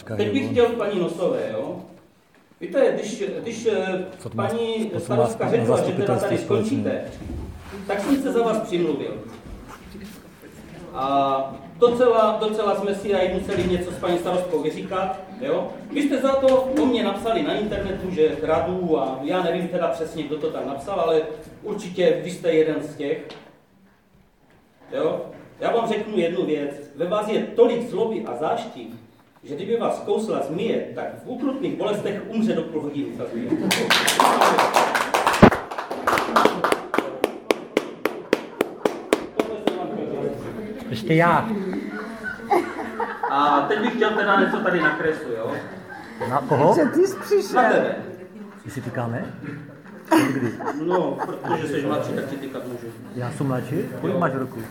říká. Teď bych chtěl paní Nosové, jo? Víte, když, když eh, Co to má- paní co to má starostka na řekla, že teda zastupitelství tady společného? skončíte, tak jsem se za vás přimluvil. A docela, docela jsme si aj museli něco s paní starostkou vyříkat, jo? Vy jste za to o mě napsali na internetu, že kradu a já nevím teda přesně, kdo to tam napsal, ale určitě vy jste jeden z těch, Jo? Já vám řeknu jednu věc. Ve vás je tolik zloby a záští, že kdyby vás kousla zmije, tak v ukrutných bolestech umře do půl hodiny ta zmije. Tohle jsem vám chtěl říct. Ještě já. A teď bych chtěl teda něco tady na kresu, jo? Na koho? Že ty jsi Na přišel. tebe. Když si tykáme? No, protože jsi mladší, tak ti tykat můžu. Já jsem mladší? Kolik máš roku?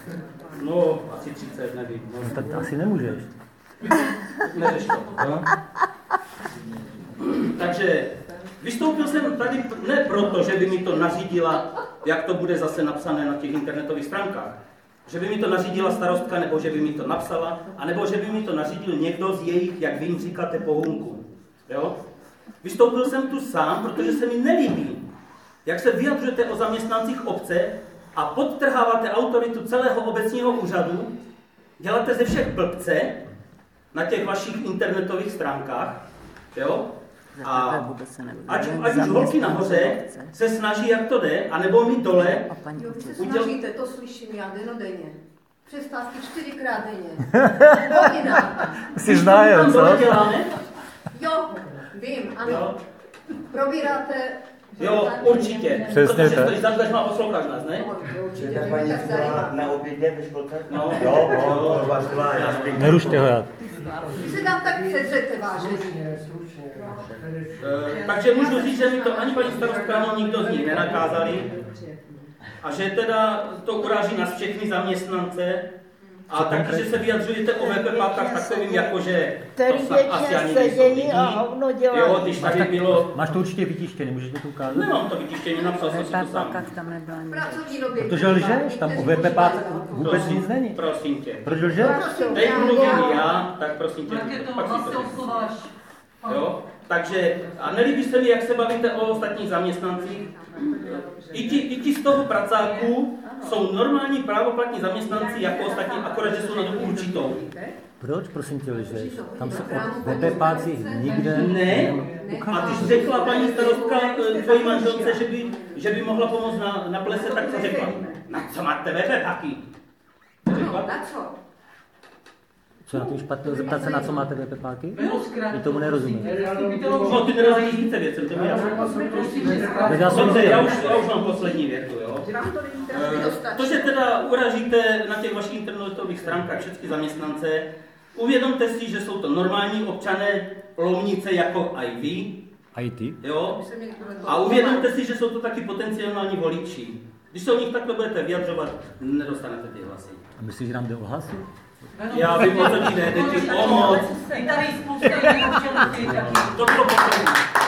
No, asi 30, nevím. No, No, tak asi nemůžeš. Neřeš to. jo? Takže vystoupil jsem tady ne proto, že by mi to nařídila, jak to bude zase napsané na těch internetových stránkách, že by mi to nařídila starostka, nebo že by mi to napsala, anebo že by mi to nařídil někdo z jejich, jak vy jim říkáte, pohůnku. Jo? Vystoupil jsem tu sám, protože se mi nelíbí, jak se vyjadřujete o zaměstnancích obce a podtrháváte autoritu celého obecního úřadu, děláte ze všech blbce na těch vašich internetových stránkách, jo? Za A tebe vůbec se nebudu. ať, Ne, ať už holky nahoře zaměstnance. se snaží, jak to jde, anebo my dole, A paní Jo, vy se Uděl- snažíte, to slyším já denodenně. Přestávky čtyřikrát denně. Hodina. Jsi tam znájem, co? dole děláme, Jo, vím, ano. jo? Probíráte... Jo, určitě. Přesně Protože tak. stojíš za dveřma, posloucháš nás, ne? Určitě, Že ta že paní mě tak chtěla zajímá. na obědě ve školce? No. Jo, jo, to vás byla, já spíš. Nerušte ho já. Vy se tam tak přezřete, vážení. Eh, takže můžu říct, že mi to ani paní starostka, ani nikdo z nich nenakázali. A že teda to uráží nás všechny zaměstnance. A taky, že se vyjadřujete o VPPákách takovým, jako že to Který snad asi většině ani nejsou sedění lidi. a hovno Jo, dělají. když tady bylo... Máš to určitě vytištěné, můžeš mi to ukázat? Nemám to vytištění, napsal jsem si to sám. tak tam nebyla V nic. pracovní době. Protože lžeš, tam o VP vůbec Prosím, nic není. Prosím tě. Proč lžeš? Teď mluvím já, tak prosím tě, pak si to řekni. Jo? Takže, a nelíbí se mi, jak se bavíte o ostatních zaměstnancích. I ti, I ti z toho pracáků jsou normální právoplatní zaměstnanci jako ostatní, akorát, že jsou na dobu určitou. Proč, prosím tě, lžeš? Tam se o VPPáci nikde... Ne? A když řekla paní starostka eh, tvojí manželce, že by, že by mohla pomoct na, na plese, tak co řekla? Na co máte vebe taky? Ano, No, na co? Co je na tom špatného? Zeptat se, na co máte VPPáky? My tomu nerozumím. No, ty nerozumíš více věcem, to mi jasné. Tak já jsem Dobře, já už, viděl. já už mám poslední větu, jo. Eh, To, že teda uražíte na těch vašich internetových stránkách všechny zaměstnance, uvědomte si, že jsou to normální občané Lomnice jako i vy, A i ty? jo? A uvědomte si, že jsou to taky potenciální voliči. Když se o nich takhle budete vyjadřovat, nedostanete ty hlasy. A myslíš, že nám jde o hlasy? Já vím, o co ti jde, jde ti o pomoc. Je tady spousta jiných občanů, kteří taky To bylo poslední.